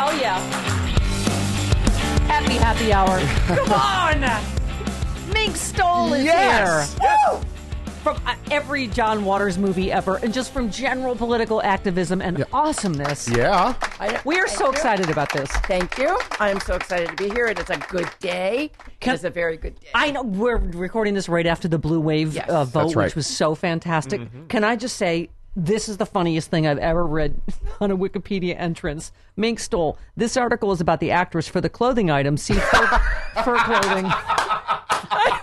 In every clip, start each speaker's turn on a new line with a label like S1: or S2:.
S1: Oh yeah. Happy happy hour. Come on. Mink Stole is
S2: Yes.
S1: here. Woo! From uh, every John Waters movie ever, and just from general political activism and awesomeness.
S2: Yeah.
S1: We are so excited about this.
S3: Thank you. I'm so excited to be here. It is a good day.
S1: Can-
S3: it is a very good day.
S1: I know we're recording this right after the blue wave
S3: Yes.
S1: uh, vote,
S2: That's right.
S1: which was so fantastic. Can I just say this is the funniest thing I've ever read on a Wikipedia entrance? Mink Stole. This article is about the actress for the clothing item. See fur, fur clothing.
S3: I-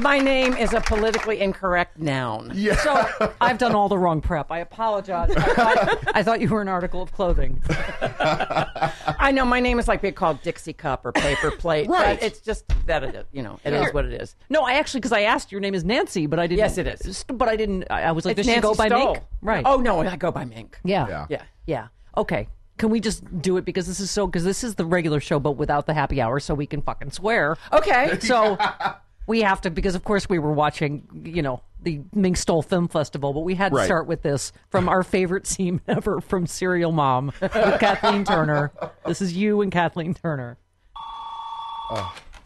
S3: my name is a politically incorrect noun.
S1: So I've done all the wrong prep. I apologize. I thought, I thought you were an article of clothing.
S3: I know my name is like being called Dixie Cup or Paper Plate.
S1: Right.
S3: But it's just that it is, you know, it is what it is.
S1: No, I actually because I asked your name is Nancy, but I didn't.
S3: Yes, it is.
S1: St- But I didn't. I I was like,
S3: It's
S1: does she go
S3: Nancy
S1: by
S3: Stoll.
S1: Mink? Right.
S3: Oh, no, I go by Mink.
S1: yeah.
S2: Yeah.
S3: Yeah.
S1: Yeah. Okay. Can we just do it because this is so because this is the regular show but without the happy hour so we can fucking swear.
S3: Okay.
S1: So we have to because of course we were watching, you know, the Ming Stole Film Festival, but we had to
S2: Right.
S1: start with this from our favorite scene ever from Serial Mom with Kathleen Turner. This is you and Kathleen Turner.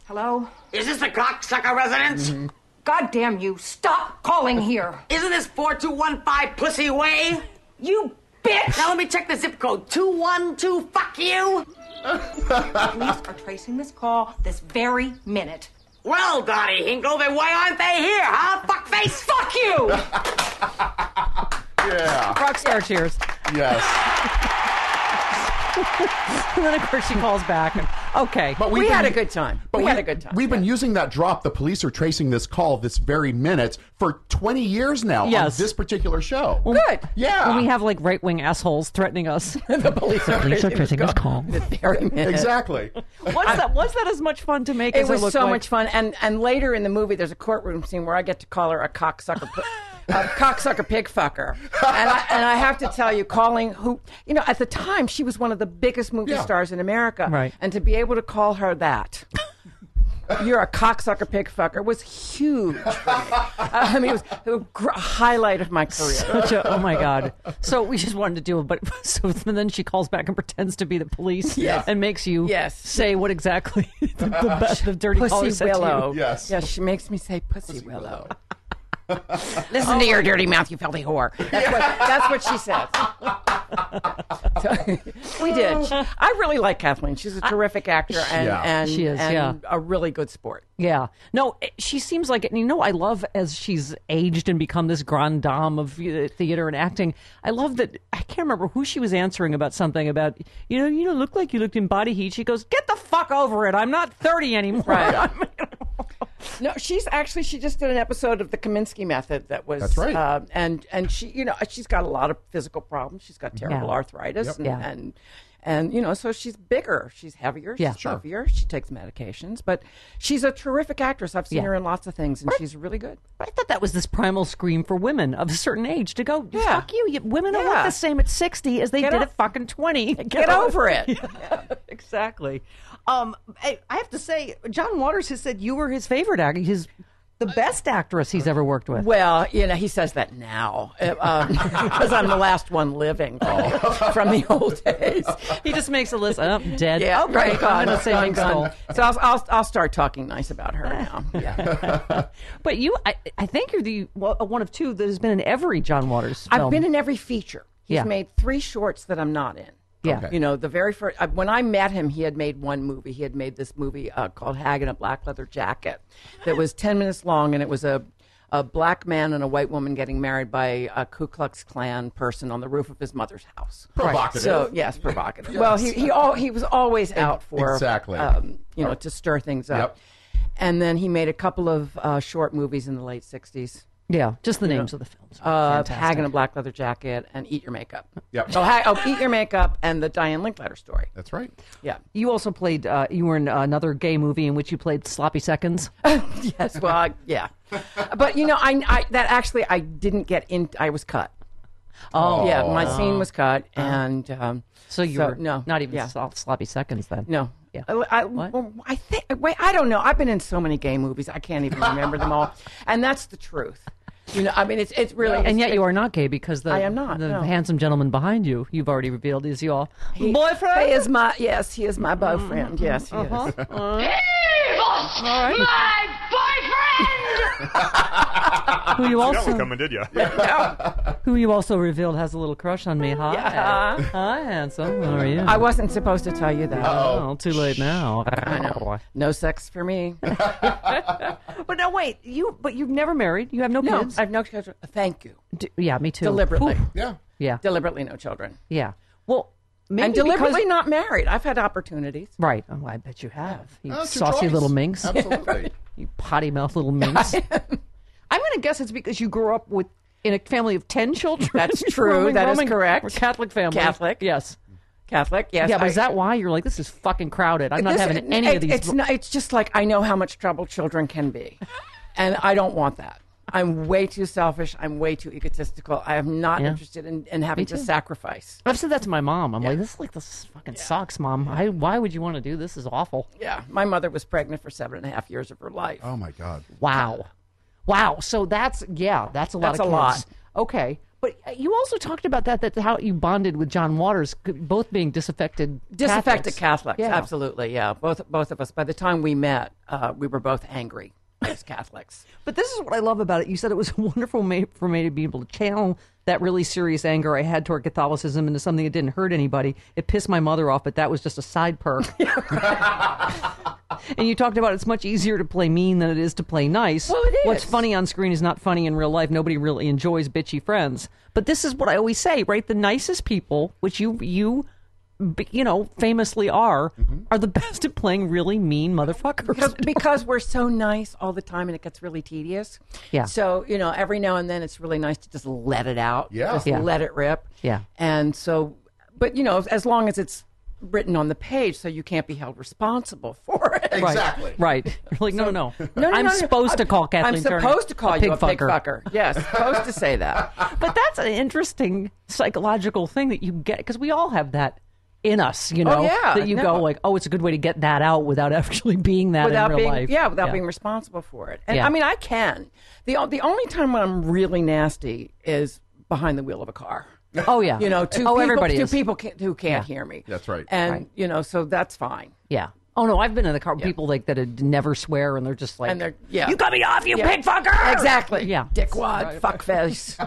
S4: Hello? Mm-hmm.
S5: Is this the cocksucker residence?
S4: God damn you, stop calling here.
S5: Isn't this 4215 Pussy Way?
S4: You bitch!
S5: Now let me check the zip code. 212 fuck you?
S4: Police are tracing this call this very minute.
S5: Well, Dottie Hinkle, then why aren't they here, huh? Fuckface, fuck you!
S2: Yeah.
S1: Rockstar cheers.
S2: Yes.
S1: And then of course she calls back and okay.
S2: But
S3: we
S2: we've
S3: had a
S2: been-
S3: good time.
S2: But
S3: we, had
S2: we-
S3: a good time.
S2: We've been using that drop. The police are tracing this call this very minute for 20 years now
S1: Yes.
S2: on this particular show.
S1: Good.
S2: Yeah.
S1: When we have like right wing assholes threatening us.
S3: the police are
S1: Police are tracing this call.
S3: Very minute.
S2: exactly.
S1: Was that was that as much fun to make?
S3: It
S1: as
S3: was
S1: looked
S3: so
S1: like?
S3: much fun. And and later in the movie, there's a courtroom scene where I get to call her a cocksucker, pi- a cocksucker pig fucker. And I, and I have to tell you, calling who you know at the time she was one of the biggest movie
S2: Yeah.
S3: stars in America,
S1: Right.
S3: And to be able to call her that. You're a cocksucker pig fucker was huge. For me. I mean, it was a gr- highlight of my career.
S1: Such a, oh my god! So we just wanted to do it, but so then she calls back and pretends to be the police
S3: Yes.
S1: and makes you
S3: Yes.
S1: say what exactly the, the, best, the dirty caller
S3: Pussy
S1: said to you.
S3: Willow.
S2: Yes.
S3: Yeah, she makes me say Pussy, Willow. Listen to your dirty mouth, you filthy whore. That's, what, that's what she says. So, we did. She- I really like Kathleen. She's a terrific actor and,
S2: Yeah.
S3: and,
S1: She is,
S3: and
S1: yeah.
S3: a really good sport.
S1: Yeah, no, it- she seems like, and you know, I love as she's aged and become this grande dame of uh, theater and acting. I love that. I can't remember who she was answering about something about you know, you don't look like you looked in body heat. She goes, "Get the fuck over it! I'm not thirty anymore."
S3: Right. No, she's actually she just did an episode of the Kaminsky Method that was
S2: That's right.
S3: uh, and and she you know she's got a lot of physical problems. She's got terrible
S1: Yeah.
S3: arthritis and,
S1: Yeah.
S3: and And you know, so she's bigger, she's heavier, she's
S1: Yeah. Sure.
S3: heavier. She takes medications, but she's a terrific actress. I've seen
S1: Yeah.
S3: her in lots of things, and she's really good.
S1: I thought that was this primal scream for women of a certain age to go,
S3: Yeah.
S1: fuck you. you women are
S3: Yeah.
S1: worth the same at 60 as they
S3: Get
S1: did
S3: o-
S1: at fucking 20. Get,
S3: Get over it.
S1: Exactly. Um, I, I have to say, John Waters has said you were his favorite actor, his the best actress he's ever worked with.
S3: Uh, Well, you know, he says that now because I'm the last one living from, the, from the old days.
S1: He just makes a list. Oh, dead.
S3: Yeah,
S1: oh, great.
S3: thank God.
S1: I'm going to say
S3: Gone,
S1: I'm
S3: gone. So I'll, I'll, I'll start talking nice about
S1: Ah.
S3: her now. Yeah.
S1: But you, I, I think you're the well, uh, one of two that has been in every John Waters film.
S3: I've been in every feature. He's
S1: Yeah.
S3: made three shorts that I'm not in.
S1: Yeah. Okay.
S3: You know, the very first, uh, when I met him, he had made one movie. He had made this movie uh, called Hag in a Black Leather Jacket that was 10 minutes long, and it was a, a black man and a white woman getting married by a Ku Klux Klan person on the roof of his mother's house.
S2: Provocative.
S3: So, yes, provocative. Well, he, he, all, he was always out for,
S2: exactly.
S3: um, you know, to stir things up. And then he made a couple of uh, short movies in the late 60s
S1: Yeah, just the names of the films.
S3: uh, Hag in a black leather jacket and Eat Your Makeup.
S2: Yep.
S3: Oh, Hag, oh, Eat Your Makeup and the Diane Linkletter story.
S2: That's right.
S3: Yeah.
S1: You also played. Uh, you were in another gay movie in which you played sloppy seconds.
S3: yes. Well, I, yeah. But you know, I, I that actually I didn't get in. I was cut. Oh yeah, my scene was cut, and um,
S1: Uh-huh. So you were
S3: no,
S1: not even
S3: yeah.
S1: slo- sloppy seconds then.
S3: No.
S1: Yeah.
S3: I, I, well, I think. Wait, I don't know. I've been in so many gay movies, I can't even remember them all, and that's the truth. You know, I mean, it's it's really.
S1: And yet you are not gay because the
S3: I am not,
S1: the
S3: no.
S1: handsome gentleman behind you you've already revealed is your boyfriend. Mm-hmm.
S3: He is my yes. He is my boyfriend. Yes, he is.
S5: Evils! My boyfriend!
S1: who you
S6: That
S1: also
S6: one coming, did you?
S1: who you also revealed has a little crush on me. Hi,
S3: Yeah.
S1: hi, handsome. How are you?
S3: I wasn't supposed to tell you that.
S1: oh, too late now. I know.
S3: No sex for me.
S1: But no, wait. You but you've never married. You have no,
S3: No,
S1: kids.
S3: I've no children. Thank you.
S1: D- yeah, me too.
S3: Deliberately.
S1: Oof.
S2: Yeah.
S1: Yeah,
S3: Deliberately, no children.
S1: yeah. Well, maybe
S3: and deliberately not married. I've had opportunities.
S1: Because, right. Oh, I bet you have. You
S2: That's your
S1: saucy
S2: choice.
S1: little minx.
S2: Absolutely.
S1: You potty mouth little minx. I'm going to guess it's because you grew up with in a family of ten children.
S3: That's true. That is correct.
S1: We're Catholic family.
S3: Catholic.
S1: Yes.
S3: Catholic, yes.
S1: yeah, but
S3: I-
S1: is that why you're like this is fucking crowded? I'm not
S3: This-
S1: having any
S3: it-
S1: of these.
S3: It's, not, it's just like I know how much trouble children can be, and I don't want that. I'm way too selfish. I'm way too egotistical. I am not
S1: Yeah.
S3: interested in, in having to sacrifice.
S1: I've said that to my mom. I'm like, this is like this fucking sucks, mom. I, why would you want to do this? This Is awful.
S3: Yeah, my mother was pregnant for seven and a half years of her life.
S2: Oh my God.
S1: Wow, wow. So that's yeah, that's a lot.
S3: That's
S1: of
S3: a
S1: kids.
S3: lot.
S1: Okay, but uh, you also talked about that that how you bonded with John Waters, c- both being disaffected.
S3: disaffected Catholics.
S1: Yeah.
S3: Absolutely, yeah. Both both of us. By the time we met, uh, we were both angry as Catholics.
S1: But this is what I love about it. You said it was wonderful ma- for me to be able to channel that really serious anger I had toward Catholicism into something that didn't hurt anybody. It pissed my mother off, but that was just a side perk. and you talked about it's much easier to play mean than it is to play nice.
S3: Well, it
S1: What's
S3: is.
S1: funny on screen is not funny in real life. Nobody really enjoys bitchy friends. But this is what I always say, right? The nicest people, which you you b- you know famously are,
S3: Mm-hmm.
S1: are the best at playing really mean motherfuckers.
S3: Because, because we're so nice all the time and it gets really tedious.
S1: Yeah.
S3: So, you know, every now and then it's really nice to just let it out.
S2: Yeah.
S3: Just
S1: Yeah.
S3: let it rip.
S1: Yeah.
S3: And so, but, you know, as long as it's written on the page so you can't be held responsible for it.
S2: Exactly.
S1: Right. You're like, no, no, no.
S3: No, no,
S1: I'm
S3: no, no.
S1: supposed to call Kathleen
S3: I'm
S1: Turner
S3: supposed to call
S1: a
S3: you
S1: pig
S3: a pig fucker. Yes, supposed to say that.
S1: But that's an interesting psychological thing that you get because we all have that in us, you know?
S3: Oh, yeah,
S1: That you go
S3: no.
S1: like, oh, it's a good way to get that out without actually being that in
S3: without
S1: real
S3: being
S1: life.
S3: yeah without being responsible for it and
S1: Yeah.
S3: i mean i can the o- the only time when i'm really nasty is behind the wheel of a car
S1: Oh, yeah.
S3: you know two
S1: oh,
S3: people,
S1: everybody
S3: two
S1: is.
S3: people can't, who can't hear me
S2: That's right.
S3: and you know so that's fine
S1: Yeah. Oh, no, I've been in the car with people like that had never swear and they're just like,
S3: and they're yeah
S1: you cut me off, you
S3: Yeah.
S1: pig fucker!
S3: exactly
S1: Yeah.
S3: dickwad fuckface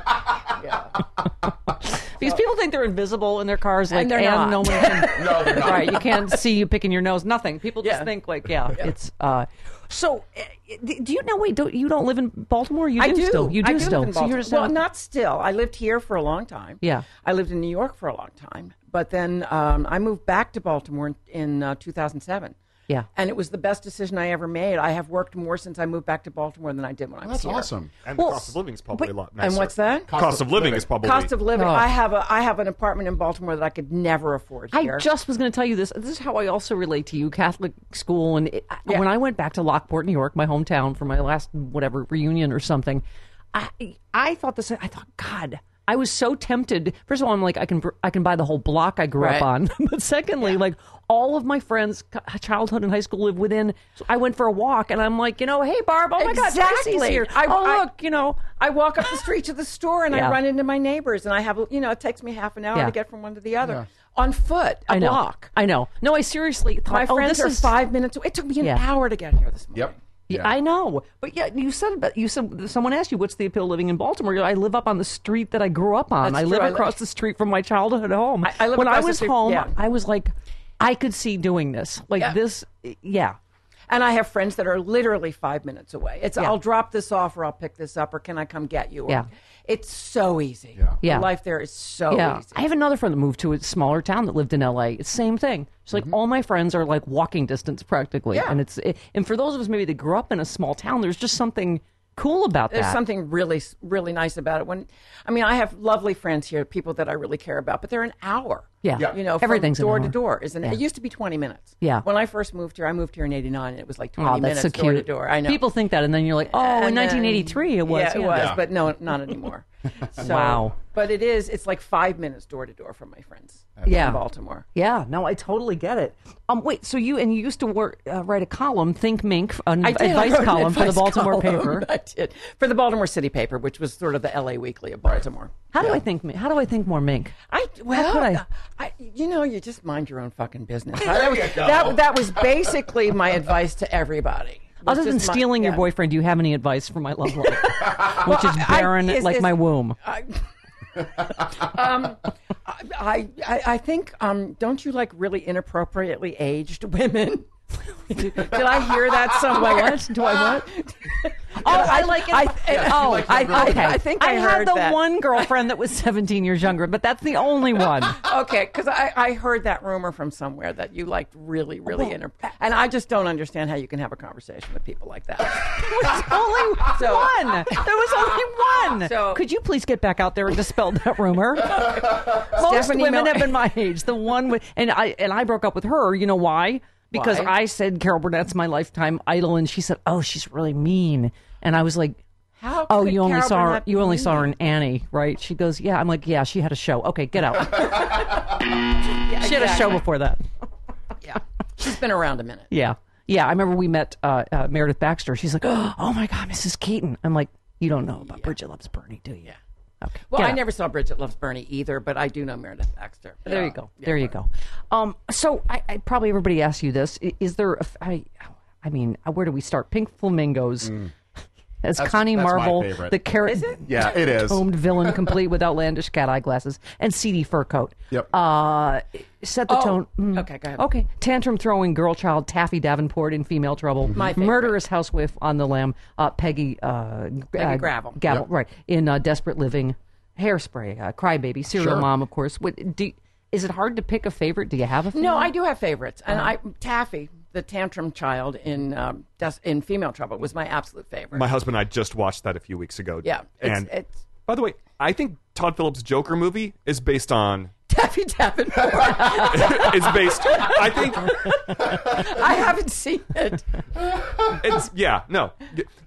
S1: Because people think they're invisible in their cars, like,
S3: they're not.
S1: no one can.
S2: No, they're not.
S1: right, you can't see you picking your nose. Nothing. People just
S3: Yeah.
S1: think like, yeah, it's. Uh, so, uh, do you know? Wait, don't you don't live in Baltimore? You
S3: I do.
S1: still. You do,
S3: I live
S1: still.
S3: in
S1: so you're
S3: Baltimore.
S1: just
S3: well, not still. I lived here for a long time.
S1: Yeah.
S3: I lived in New York for a long time, but then um, I moved back to Baltimore in, in uh, 2007.
S1: Yeah.
S3: And it was the best decision I ever made. I have worked more since I moved back to Baltimore than I did when I was
S2: That's
S3: here.
S2: awesome.
S6: And
S1: Well,
S6: the cost of living is probably
S1: but-
S6: a lot nicer.
S3: And what's that?
S6: Cost, of, living, is probably
S3: Cost of living.
S1: No.
S3: I have a I have an apartment in Baltimore that I could never afford here.
S1: I just was going to tell you this. This is how I also relate to you, Catholic school. And it, I-
S3: Yeah.
S1: when I went back to Lockport, New York, my hometown, for my last whatever reunion or something, I I thought this. I thought, God, I was so tempted. First of all, I'm like, I can I can buy the whole block I grew
S3: Right.
S1: up on. But secondly, like all of my friends, c- childhood and high school, live within. So I went for a walk, and I'm like, you know, hey Barb, oh my God, Tracy's
S3: Exactly.
S1: here.
S3: I-
S1: oh
S3: I-
S1: look, you know,
S3: I walk up the street to the store and
S1: Yeah.
S3: I run into my neighbors and I have you know it takes me half an hour
S1: Yeah.
S3: to get from one to the other on foot a
S1: I know,
S3: block.
S1: I know. No, I seriously thought,
S3: My
S1: oh,
S3: friends
S1: this
S3: are
S1: is
S3: five minutes. It took me an
S1: Yeah.
S3: hour to get here this morning.
S2: Yep.
S1: Yeah. I know, but yeah, you said about you said someone asked you what's the appeal of living in Baltimore. You're like, I live up on the street that I grew up on.
S3: That's
S1: I
S3: true.
S1: live
S3: I live-
S1: across the street from my childhood home.
S3: I- I live
S1: when I
S3: across the
S1: was
S3: street-
S1: home,
S3: yeah.
S1: I was like, I could see doing this, like
S3: Yeah.
S1: this. Yeah,
S3: And I have friends that are literally five minutes away. It's I'll drop this off or I'll pick this up or can I come get you? Or,
S1: Yeah.
S3: It's so easy. The
S1: Yeah.
S3: Life there is so
S1: yeah.
S3: Oh, easy.
S1: I have another friend that moved to a smaller town that lived in L.A. It's same thing. It's like all my friends are like walking distance practically,
S3: Mm-hmm. Yeah.
S1: and it's it, and for those of us maybe that grew up in a small town, there's just something cool about
S3: There's
S1: that.
S3: something really, really nice about it. When, I mean, I have lovely friends here, people that I really care about, but they're an hour.
S1: Yeah. Yeah.
S3: you know, from
S1: Everything's an
S3: door to
S1: hour.
S3: door. Is an, It used to be 20 minutes.
S1: Yeah.
S3: When I first moved here, I moved here in '89, and it was like 20
S1: Oh,
S3: minutes
S1: that's so
S3: door
S1: cute.
S3: to door. I know
S1: People think that, and then you're like, oh, in
S3: And then-
S1: 1983 it was.
S3: Yeah, it
S1: yeah.
S3: was, but no, not anymore. So,
S1: Wow.
S3: But it is. It's like five minutes door to door from my friends.
S1: Yeah.
S3: in Baltimore.
S1: Yeah, no, I totally get it. Um, wait, so you and you used to work uh, write a column, Think Mink, an
S3: I did. I
S1: advice
S3: wrote an
S1: column for the
S3: advice
S1: Baltimore
S3: column.
S1: paper.
S3: I did for the Baltimore City paper, which was sort of the L.A. Weekly of Baltimore.
S1: How do I think? mi- How do I think more Mink?
S3: I well, uh,
S1: could I-
S3: I, you know, you just mind your own fucking business. that, was, that, that was basically my advice to everybody. was
S1: Other than
S3: just my-
S1: stealing your
S3: yeah. Uh,
S1: boyfriend, do you have any advice for my love life, which is
S3: I- I-
S1: barren
S3: is-
S1: like
S3: is-
S1: my womb?
S3: I, um, I, I, I think, um, don't you like really inappropriately aged women? Did I hear that somewhere?
S1: what? Do I what?
S3: oh,
S1: I like it.
S3: I, oh,
S1: oh,
S3: I, I,
S1: okay.
S3: I think I,
S1: had
S3: heard
S1: the
S3: that.
S1: one girlfriend that was 17 years younger, but that's the only one.
S3: Okay, because I, I heard that rumor from somewhere that you liked really, really inter- and I just don't understand how you can have a conversation with people like that.
S1: There was only
S3: So-
S1: one. There was only one.
S3: So-
S1: Could you please get back out there and dispel that rumor? Most
S3: Stephanie
S1: women
S3: Miller-
S1: have been my age. The one with and I and I broke up with her. You know why? Because
S3: Why?
S1: I said Carol Burnett's my lifetime idol, and she said, "Oh, she's really mean," and I was like.
S3: How
S1: oh,
S3: could
S1: you only
S3: Carol
S1: saw her.
S3: Burnett
S1: You only
S3: be
S1: saw her in Annie, right? She goes, "Yeah." I'm like, "Yeah." She had a show. Okay, get out. she had a show before that.
S3: yeah, she's been around a minute.
S1: Yeah. Yeah. I remember we met uh, uh, Meredith Baxter. She's like, oh my God, Mrs. Keaton. I'm like, you don't know about Bridget Loves Bernie, do you? Yeah. Okay.
S3: Well,
S1: Get
S3: I
S1: out.
S3: never saw Bridget Loves Bernie either, but I do know Meredith Baxter.
S1: There you go. there you go. Um, so I, I probably everybody asks you this. I- Is there, a f- I, I mean, uh, where do we start? Pink Flamingos. As Connie
S2: Mm. that's my
S1: Marvel,
S2: favorite.
S1: the carrot
S2: Yeah, it is.
S1: domed villain, complete with outlandish cat eye glasses and seedy fur coat.
S2: Yep.
S1: Uh, set the tone. Mm.
S3: Oh, okay, go ahead.
S1: Okay. Tantrum throwing girl child Taffy Davenport in Female Trouble.
S3: My favorite.
S1: Murderous housewife on the lam. Uh, Peggy, uh, Peggy
S3: Gravel.
S1: Gavel, right. In uh, Desperate Living, Hairspray, uh, Crybaby, Serial Mom, of course. What, do, is it hard to pick a favorite? Do you have a favorite?
S2: Mm-hmm.
S3: No, I do have favorites, and
S2: Uh-huh.
S3: I Taffy, the tantrum child in um, Des- in Female Trouble, was my absolute favorite.
S6: My husband and I just watched that a few weeks ago.
S3: Yeah, it's-
S6: And
S3: it's-
S6: by the way, I think Todd Phillips' Joker movie is based on.
S3: Taffy Davenport.
S6: it's based. I think
S3: I haven't seen it.
S6: it's yeah. No,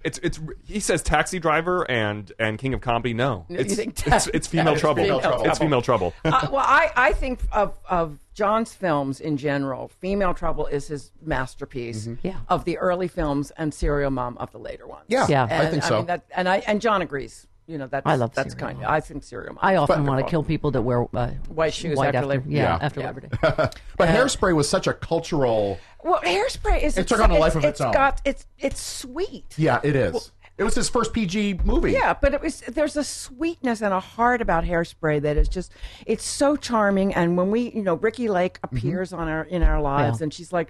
S6: it's it's. He says Taxi Driver and and King of Comedy. No, it's
S3: think
S6: it's,
S3: Taxi
S6: it's female
S3: Driver-
S6: trouble.
S3: Female Trouble.
S6: It's female trouble.
S3: uh, well, I, I think of, of John's films in general. Female Trouble is his masterpiece
S1: Yeah.
S3: of the early films, and Serial Mom of the later ones.
S2: Mm-hmm. Yeah,
S1: Yeah.
S2: I
S3: and,
S2: think so.
S3: mean, that, and I and John agrees. You know that's
S1: I love
S3: that's
S1: Serial
S3: kind of
S1: Mom.
S3: I think Serial Mom.
S1: I
S3: is
S1: often want to
S3: wonderful.
S1: kill people that wear uh,
S3: White shoes after Labor-
S1: yeah,
S2: Yeah.
S1: after
S3: Yeah.
S1: Labor Day.
S2: but hairspray was such a cultural.
S3: Well, hairspray is
S2: It took on a life of its own.
S3: Got, it's it's sweet.
S2: Yeah, it is. It was his first PG movie.
S3: Yeah, but it was there's a sweetness and a heart about hairspray that is just it's so charming. And when we, you know, Ricky Lake
S2: Mm-hmm.
S3: appears on our in our lives, and she's like,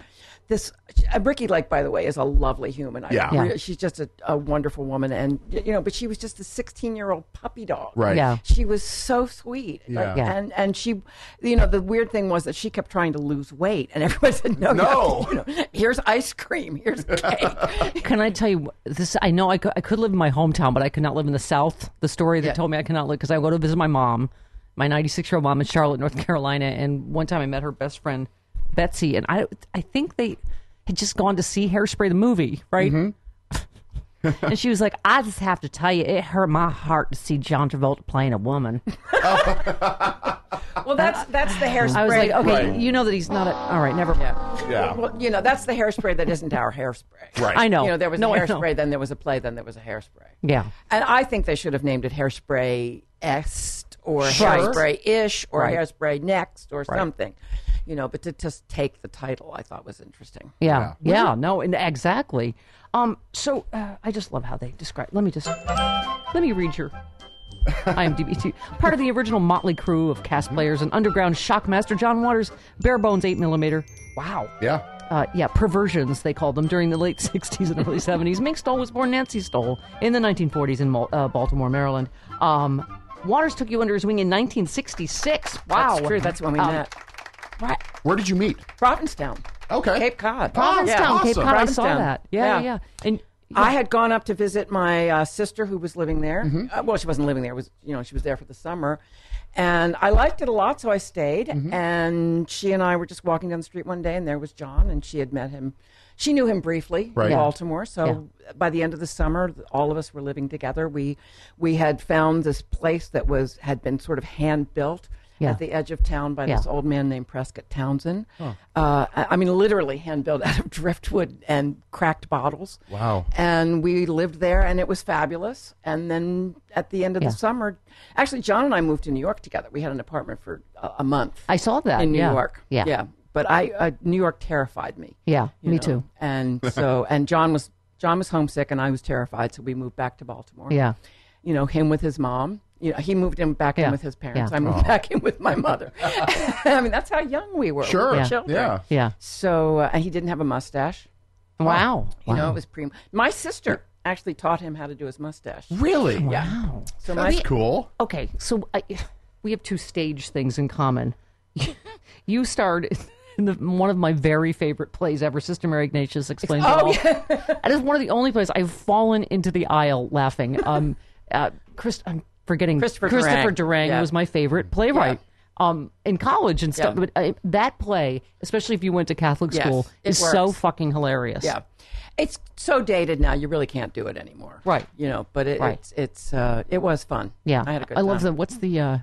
S3: this uh, Ricky Lake, by the way, is a lovely human. I
S2: Yeah.
S3: re-
S2: Yeah.
S3: she's just a, a wonderful woman, and you know, but she was just a 16 year old puppy dog.
S2: Right.
S1: Yeah.
S3: She was so sweet. Like,
S1: Yeah.
S3: And and she, you know, the weird thing was that she kept trying to lose weight, and everyone said, no,
S2: No.
S3: you have to, you know, here's ice cream, here's cake.
S1: Can I tell you this? I know I could, I could live in my hometown, but I could not live in the South. The story that
S3: Yeah.
S1: told me I cannot live because I go to visit my mom, my 96 year old mom in Charlotte, North Carolina, and one time I met her best friend Betsy, and I I think they had just gone to see Hairspray the movie, right?
S3: Mm-hmm.
S1: and she was like, "I just have to tell you, it hurt my heart to see John Travolta playing a woman."
S3: well, that's that's the hairspray.
S1: I was like, "Okay,
S2: Right.
S1: you know that he's not a all right, never." mind.
S2: Yeah.
S3: Well, you know, that's the hairspray that isn't our hairspray.
S2: Right.
S1: I know.
S3: You know, there was
S1: no
S3: a
S1: I know.
S3: hairspray, then there was a play, then there was a hairspray.
S1: Yeah.
S3: And I think they should have named it hairspray est or
S2: Sure.
S3: hairspray ish or
S1: Right.
S3: hairspray next or something. You know, but to just take the title I thought was interesting.
S1: Yeah, yeah, no, and exactly. Um, so uh, I just love how they describe. Let me just let me read your IMDb. to you. Part of the original motley crew of cast players and underground shockmaster John Waters, bare bones eight millimeter. Wow.
S2: Yeah.
S1: Uh, yeah, perversions they called them during the late 60s and early 70s. Mink Stoll was born Nancy Stoll in the 1940s in Mal- uh, Baltimore, Maryland. Um, Waters took you under his wing in 1966. Wow,
S3: That's true. That's when we
S1: Um,
S3: met.
S1: Right.
S2: Where did you meet?
S3: Provincetown.
S2: Okay.
S3: Cape Cod.
S2: Provincetown,
S3: Yeah.
S1: Provincetown, Cape
S2: awesome.
S1: Cod. I saw
S3: Provincetown.
S1: that. Yeah, yeah,
S3: Yeah.
S1: yeah. And
S3: I had gone up to visit my uh, sister who was living there. Uh, well, she wasn't living there. It was you know she was there for the summer, and I liked it a lot, so I stayed. And she and I were just walking down the street one day, and there was John, and she had met him. She knew him briefly
S2: Right.
S3: in
S2: Yeah.
S3: Baltimore. So by the end of the summer, th- all of us were living together. We we had found this place that was had been sort of hand built.
S1: Yeah.
S3: At the edge of town by
S1: Yeah.
S3: this old man named Prescott Townsend. Uh, I, I mean, literally hand built out of driftwood and cracked bottles.
S2: Wow.
S3: And we lived there, and it was fabulous. And then at the end of
S1: Yeah.
S3: the summer, actually, John and I moved to New York together. We had an apartment for a, a month.
S1: I saw that
S3: in New
S1: yeah.
S3: York.
S1: Yeah,
S3: yeah. But I, uh, New York terrified me.
S1: Yeah,
S3: you
S1: me
S3: know.
S1: too.
S3: And so, and John was John was homesick, and I was terrified. So we moved back to Baltimore.
S1: Yeah.
S3: you know him with his mom. You know, he moved him back
S1: Yeah.
S3: in with his parents.
S1: Yeah.
S3: I
S2: Oh.
S3: moved back in with my mother. I mean, that's how young we were.
S2: Sure.
S3: We were
S2: Yeah.
S3: children.
S2: Yeah.
S1: Yeah.
S3: So, uh, and he didn't have a mustache.
S1: Wow.
S3: You know, it was pre. My sister actually taught him how to do his mustache.
S2: Really?
S3: Yeah. So my
S2: That's cool.
S1: Okay, so I, we have two stage things in common. you starred in the, one of my very favorite plays ever, Sister Mary Ignatius Explains
S3: Oh,
S1: It All. That is one of the only plays I've fallen into the aisle laughing. Um, uh, Chris, I'm forgetting.
S3: Christopher Durang.
S1: Durang
S3: Yeah.
S1: was my favorite playwright. Um, in college and stuff,
S3: Yeah.
S1: but uh, that play, especially if you went to Catholic
S3: Yes,
S1: school,
S3: it
S1: is so
S3: works.
S1: fucking hilarious.
S3: yeah, it's so dated now. You really can't do it anymore.
S1: Right.
S3: You know, but it,
S1: Right.
S3: it's it's uh, it was fun.
S1: Yeah,
S3: I had a good.
S1: I love
S3: time.
S1: the what's the uh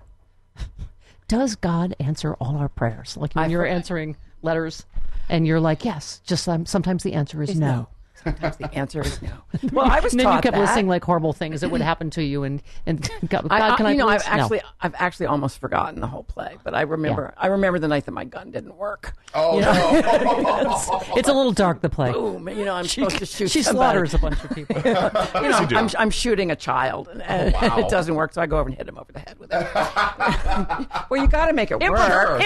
S1: does God answer all our prayers? Like when you're
S3: forgot.
S1: answering letters and you're like, yes, just um, sometimes the answer is no.
S3: Sometimes the answer is no. Well, Oh, I was
S1: and then
S3: taught
S1: you kept
S3: that.
S1: listing like horrible things that would happen to you, and and God,
S3: I,
S1: God, can I?
S3: you know, I've
S1: please? No.
S3: actually, I've actually almost forgotten the whole play, but I remember, I remember the night that my gun didn't work.
S2: Oh, no.
S1: it's a little dark. The play.
S3: Boom! You know, I'm
S1: She,
S3: supposed to shoot.
S1: she
S3: somebody.
S1: slaughters a bunch of people.
S3: You know, I'm, I'm shooting a child,
S2: Oh,
S3: and, and it doesn't work, so I go over and hit him over the head with it. well, you got to make it work.
S2: Sure, yeah.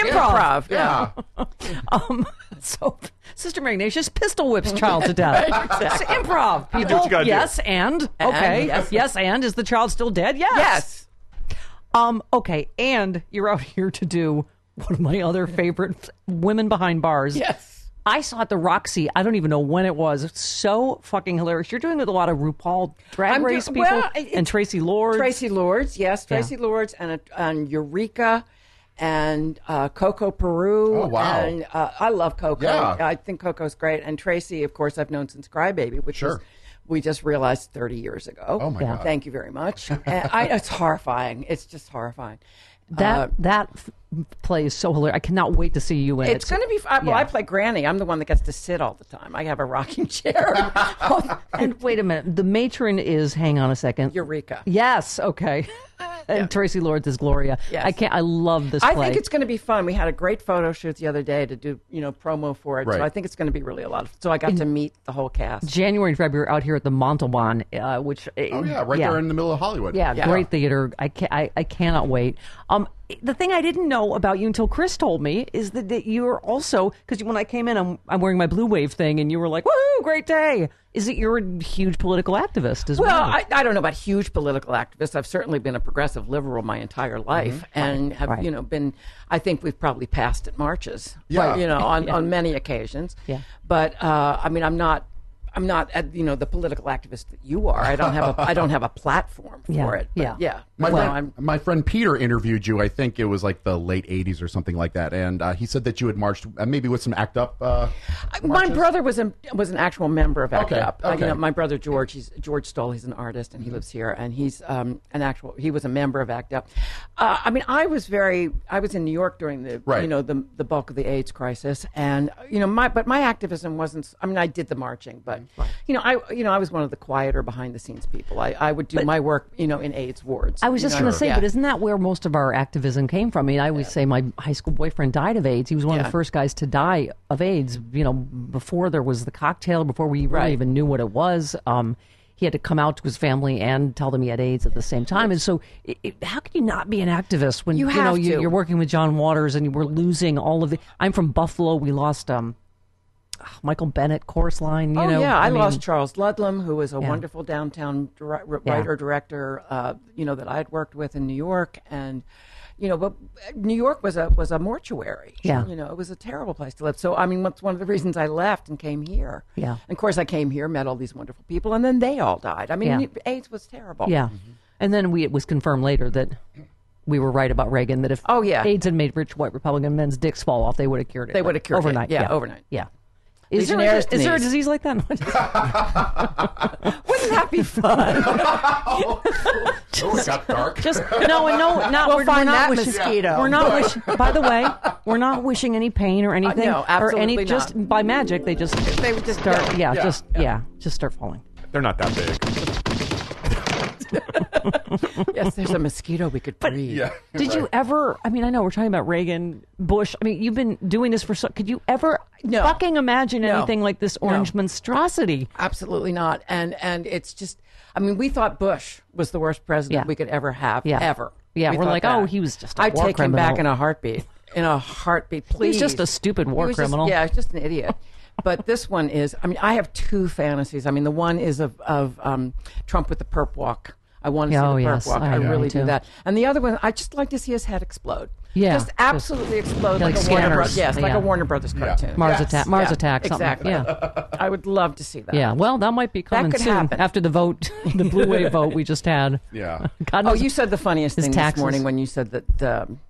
S3: Improv,
S2: Yeah.
S1: um, so, Sister Mary Ignatius pistol whips child to death. It's improv. People.
S6: you gotta do.
S1: yes, and okay, yes,
S3: yes.
S1: and is the child still dead? Yes,
S3: Yes.
S1: Um, okay, and you're out here to do one of my other favorite women behind bars.
S3: Yes.
S1: I saw at the Roxy. I don't even know when it was. It's so fucking hilarious. You're doing it with a lot of RuPaul drag
S3: I'm do-
S1: race people
S3: well, I-
S1: and Tracy Lords.
S3: Tracy Lords, yes, Tracy Lords, and and Eureka, and uh, Coco Peru.
S2: Oh, wow.
S3: And uh, I love Coco.
S2: Yeah.
S3: I think Coco's great, and Tracy, of course, I've known since Crybaby, which
S2: Sure.
S3: was, we just realized 30 years ago.
S2: Oh, my Yeah. God.
S3: Thank you very much. and I, it's horrifying. It's just horrifying.
S1: That that f- play is so hilarious. I cannot wait to see you in
S3: It's
S1: it.
S3: going to be. Fun. Well,
S1: yeah.
S3: I play Granny. I'm the one that gets to sit all the time. I have a rocking chair.
S1: And wait a minute, the matron is. Hang on a second.
S3: Eureka.
S1: Yes. Okay. and Tracy Lords is Gloria.
S3: Yes.
S1: I can't. I love this.
S3: I
S1: play.
S3: think it's going to be fun. We had a great photo shoot the other day to do, you know, promo for it.
S2: Right.
S3: So I think it's going to be really a lot of. So I got to meet the whole cast.
S1: January and February out here at the Montalban, uh, which
S2: Oh yeah, right there in the middle of Hollywood.
S1: Yeah, great theater. I, ca- I I cannot wait. Um, the thing I didn't know about you until Chris told me is that, that you're also because when I came in, I'm I'm wearing my Blue Wave thing, and you were like, "Woo, great day!" Is it you're a huge political activist as well?
S3: Well, I, I don't know about huge political activists. I've certainly been a progressive liberal my entire life, and have
S1: Mm-hmm. right.
S3: you know been. I think we've probably passed at marches.
S2: Yeah.
S3: you know, on, on many occasions.
S1: Yeah.
S3: but uh, I mean, I'm not. I'm not, uh, you know, the political activist that you are. I don't have a, I don't have a platform for
S1: Yeah,
S3: it. but
S1: yeah.
S3: yeah.
S2: My,
S3: No,
S2: friend, my friend Peter interviewed you. I think it was like the late '80s or something like that, and uh, he said that you had marched, uh, maybe with some ACT UP. Uh,
S3: My brother was a, was an actual member of ACT
S2: Okay,
S3: UP. Uh, you
S2: okay.
S3: know, my brother George, he's George Stoll. He's an artist and he lives here, and he's um, an actual. He was a member of ACT UP. Uh, I mean, I was very. I was in New York during the
S2: Right.
S3: you know the the bulk of the AIDS crisis, and you know my but my activism wasn't. I mean, I did the marching, but
S2: Mm,
S3: you know I you know I was one of the quieter behind the scenes people. I, I would do my work you know in AIDS wards.
S1: I was
S3: you
S1: just
S3: know?
S1: going to say,
S3: Yeah.
S1: but isn't that where most of our activism came from? I mean, I always say my high school boyfriend died of AIDS. He was one of the
S3: Yeah.
S1: first guys to die of AIDS. You know, before there was the cocktail, before we really
S3: Right.
S1: even knew what it was. Um, he had to come out to his family and tell them he had AIDS at the same time. And so, it, it, how can you not be an activist when
S3: You
S1: know
S3: have
S1: you,
S3: to.
S1: you're working with John Waters and we're losing all of the? I'm from Buffalo. We lost um, Michael Bennett, Chorus Line. You
S3: oh
S1: know,
S3: yeah, I,
S1: mean,
S3: lost Charles Ludlam, who was a wonderful downtown dir- r-
S1: Yeah.
S3: writer director. Uh, you know that I had worked with in New York, and you know, but New York was a was a mortuary.
S1: Yeah.
S3: you know, it was a terrible place to live. So I mean, that's one of the reasons I left and came here.
S1: Yeah.
S3: And of course I came here, met all these wonderful people, and then they all died. I mean,
S1: Yeah.
S3: AIDS was terrible.
S1: Yeah. And then we it was confirmed later that we were right about Reagan that if
S3: Oh, yeah.
S1: AIDS had made rich white Republican men's dicks fall off, they would have cured it.
S3: They would have cured it.
S1: overnight.
S3: Yeah,
S1: yeah,
S3: overnight.
S1: Yeah. Is there, a,
S3: Legionnaires'
S1: is there a
S3: disease.
S1: disease like that?
S3: wouldn't that be fun?
S2: oh, it got dark.
S1: Just no, and no, not
S3: We'll
S1: we're, we're
S3: find
S1: not
S3: that
S1: wishing.
S3: mosquito. Uh,
S1: We're not wishing. By the way, we're not wishing any pain or anything.
S3: no,
S1: or any,
S3: absolutely not.
S1: Just by magic, they just
S3: They would just
S1: start.
S3: go.
S1: Yeah, just yeah. just start falling.
S6: They're not that big.
S3: yes, there's a mosquito we could breathe.
S2: Yeah.
S1: Did you ever? I mean, I know we're talking about Reagan, Bush. I mean, you've been doing this for so. Could you ever
S3: No.
S1: fucking imagine
S3: No.
S1: anything like this
S3: No.
S1: orange monstrosity?
S3: Absolutely not. And and it's just, I mean, we thought Bush was the worst president
S1: Yeah.
S3: we could ever have,
S1: Yeah.
S3: ever.
S1: Yeah,
S3: We
S1: we're
S3: thought
S1: like, oh, he was just a
S3: I'd
S1: war
S3: take
S1: criminal.
S3: him back in a heartbeat. In a heartbeat, please.
S1: just a stupid war
S3: He was just-
S1: criminal.
S3: yeah, he's just an idiot. But this one is, I mean, I have two fantasies. I mean, the one is of, of um, Trump with the perp walk. I want to
S1: Yeah, oh,
S3: see the perp
S1: yes.
S3: walk.
S1: I
S3: I,
S1: know,
S3: really
S1: too.
S3: do that. And the other one, I just like to see his head explode.
S1: Yeah,
S3: Just
S1: just-
S3: absolutely explode
S1: Like
S3: like, a Warner
S1: Scanners.
S3: Brothers. Yes, like
S1: Yeah.
S3: a Warner Brothers cartoon.
S1: Mars
S2: Yes.
S1: attack, Mars
S3: Yeah,
S1: attack, something.
S3: Exactly.
S1: Yeah,
S3: I would love to see that.
S1: yeah. Well, that might be coming
S3: could
S1: soon
S3: happen.
S1: after the vote, the blue wave vote we just had.
S2: Yeah.
S1: God
S3: Oh,
S1: knows-
S3: you said the funniest
S1: his
S3: thing
S1: taxes.
S3: this morning when you said that. Um,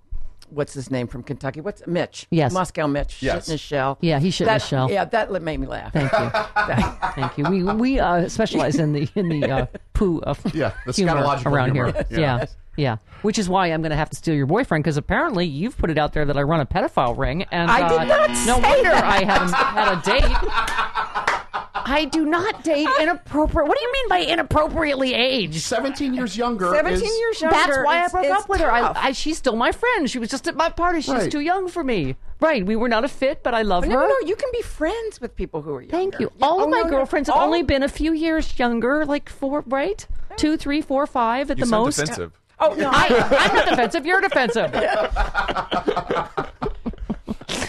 S3: what's his name from Kentucky? What's Mitch?
S1: Yes.
S3: Moscow Mitch.
S2: Yes.
S3: Shit in his shell.
S1: Yeah, he shit in
S3: that,
S1: his shell.
S3: Yeah, that li- made me laugh.
S1: Thank you, thank you. We we uh, specialize in the in the uh, poo of
S2: Yeah, the
S1: humor
S2: scatological
S1: around
S2: humor.
S1: here.
S2: Yeah.
S1: yeah, yeah. Which is why I'm going to have to steal your boyfriend because apparently you've put it out there that I run a pedophile ring, and
S3: I did
S1: uh,
S3: not
S1: No
S3: say
S1: wonder
S3: that.
S1: I haven't had a date. I do not date inappropriate. What do you mean by inappropriately aged?
S2: 17 years younger.
S3: 17
S2: is-
S3: years younger.
S1: That's why I
S3: It's-
S1: broke
S3: it's
S1: up with her. I,
S3: tough.
S1: I, she's still my friend. She was just at my party. She's
S2: Right.
S1: too young for me. Right. We were not a fit, but I love
S3: no,
S1: her.
S3: no, no, you can be friends with people who are younger.
S1: Thank you.
S3: Yeah,
S1: All
S3: oh,
S1: of my
S3: no, no,
S1: girlfriends have
S3: all-
S1: only been a few years younger, like four, right? Two, three, four, five at
S6: You
S1: the
S6: sound
S1: most.
S6: defensive.
S3: Oh no,
S1: I, I'm not defensive. You're defensive.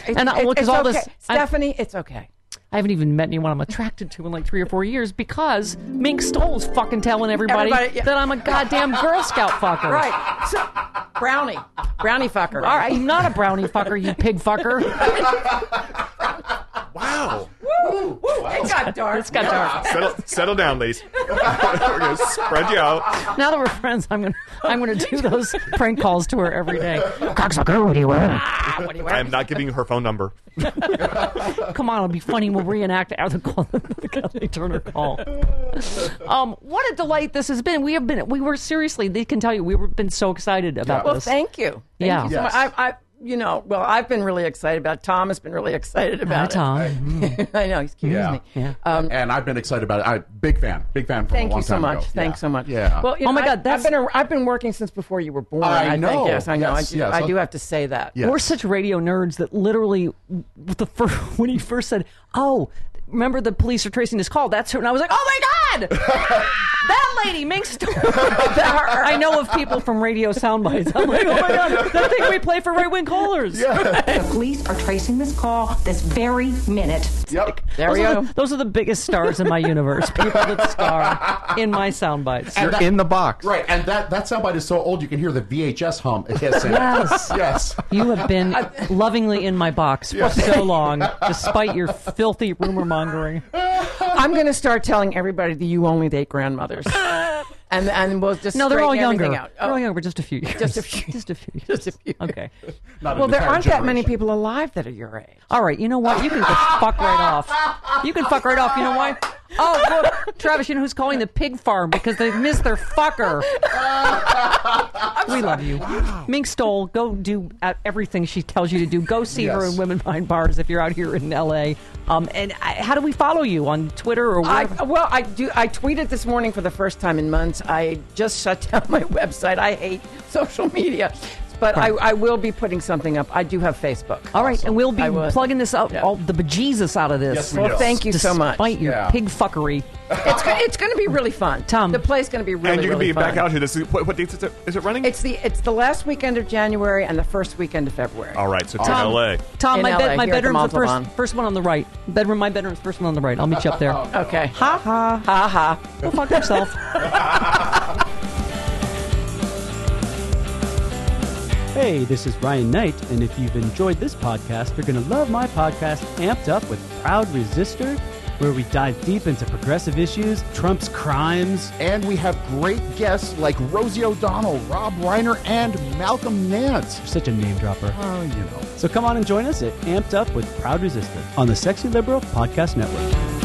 S1: and I- well, 'cause
S3: it's
S1: all
S3: okay.
S1: this- I-
S3: Stephanie, it's okay.
S1: I haven't even met anyone I'm attracted to in like three or four years because Mink Stoll's fucking telling everybody,
S3: Everybody, yeah.
S1: that I'm a goddamn Girl Scout fucker.
S3: Right. So, brownie, brownie fucker.
S1: All right, I'm not a brownie fucker, you pig fucker.
S2: Wow.
S3: Woo! Woo! It got dark.
S1: It's got dark.
S6: Settle, settle down, ladies. We're gonna spread you out.
S1: Now that we're friends, I'm gonna I'm gonna do those prank calls to her every day. Cocksucker, what are you wearing?
S3: Ah, what do you
S6: I
S3: wear?
S6: am not giving you her phone number.
S1: Come on, it'll be funny. We'll reenact out the call, the Kelly Turner call. Um, what a delight this has been. We have been we were seriously they can tell you we were been so excited about
S3: Well,
S1: this.
S3: thank you. Thank
S1: Yeah.
S3: You so
S2: Yes.
S3: much. I, I, you know, well, I've been really excited about. it. Tom has been really excited
S1: Hi,
S3: about
S1: Tom.
S3: it. I know he's cute.
S2: Yeah.
S3: Isn't he?
S1: Yeah.
S3: Um,
S2: and I've been excited about it. I big fan, big fan. From
S3: Thank
S2: a long
S3: you so
S2: time
S3: much.
S2: ago.
S3: Thanks
S2: Yeah.
S3: so much.
S2: Yeah.
S3: Well, you know,
S1: Oh my God,
S3: I,
S1: that's-
S3: I've been a, I've been working since before you were born.
S2: I
S3: I,
S2: know.
S3: Think, yes, I know.
S2: Yes,
S3: I, do,
S2: yes.
S3: I do have to say that.
S2: Yes.
S1: We're such radio nerds that literally, the first, when he first said, "Oh, remember the police are tracing this call," that's her, and I was like, "Oh my god, that lady Minx!" Tor- I know of people from radio soundbites. I'm like, "Oh my god, that thing we play for right wing callers."
S4: The police are tracing this call this very minute.
S2: Yep.
S3: There
S1: Those
S3: we
S1: are,
S3: go.
S1: the, those are the biggest stars in my universe. People that star in my soundbites.
S2: And that-
S7: in the box.
S2: Right, and that that soundbite is so old you can hear the VHS hum. Yes.
S1: Yes.
S2: yes.
S1: You have been lovingly in my box for so long, despite your filthy rumor mongering.
S3: I'm going to start telling everybody that you only date grandmothers, and and we'll just
S1: No, they're all
S3: straighten
S1: younger.
S3: everything Out.
S1: They're all
S3: Oh,
S1: younger, just a few years.
S3: Just a few-
S1: just a few years.
S3: just a few.
S1: Okay.
S2: Not an
S3: Well, there
S2: entire
S3: aren't that many
S2: generation.
S3: people alive that are your age.
S1: All right. You know what? You can just fuck right off. You can fuck right off. You know why? Oh, well, Travis, you know who's calling the pig farm because they missed their fucker. we love you. Mink Stoll, go do uh, everything she tells you to do. Go see her
S2: Yes.
S1: in Women Behind Bars if you're out here in LA. Um, and I, how do we follow you on Twitter or where?
S3: I, well, I do. I tweeted this morning for the first time in months. I just shut down my website. I hate social media, but I, I will be putting something up. I do have Facebook.
S1: all right, and we'll be
S3: I will.
S1: plugging this up,
S3: Yeah.
S1: all the bejesus out of this.
S2: Yes, we
S3: Well,
S2: do.
S3: thank you so much.
S1: Despite your
S2: Yeah.
S1: pig fuckery.
S3: It's go- it's going to be really fun.
S1: Tom.
S3: the play's going to be really
S6: and you can
S3: really
S6: be
S3: fun.
S6: back out here. This is, what, what dates is it, is it running?
S3: It's the it's the last weekend of January and the first weekend of February.
S6: all right. So it's in L.A.
S1: Tom,
S3: In
S1: my, bed,
S3: LA,
S1: my
S3: here at the
S1: bedroom's the
S3: Montalban.
S1: first, first one on the right. Bedroom, my bedroom's first one on the right. I'll meet you up there.
S3: Okay. Ha ha ha ha.
S1: Go fuck yourself.
S7: Hey, this is Ryan Knight, and if you've enjoyed this podcast, you're going to love my podcast, Amped Up with Proud Resistor, where we dive deep into progressive issues, Trump's crimes,
S2: And we have great guests like Rosie O'Donnell, Rob Reiner, and Malcolm Nance.
S7: such a name dropper.
S2: Oh, you know.
S7: So come on and join us at Amped Up with Proud Resistor on the Sexy Liberal Podcast Network.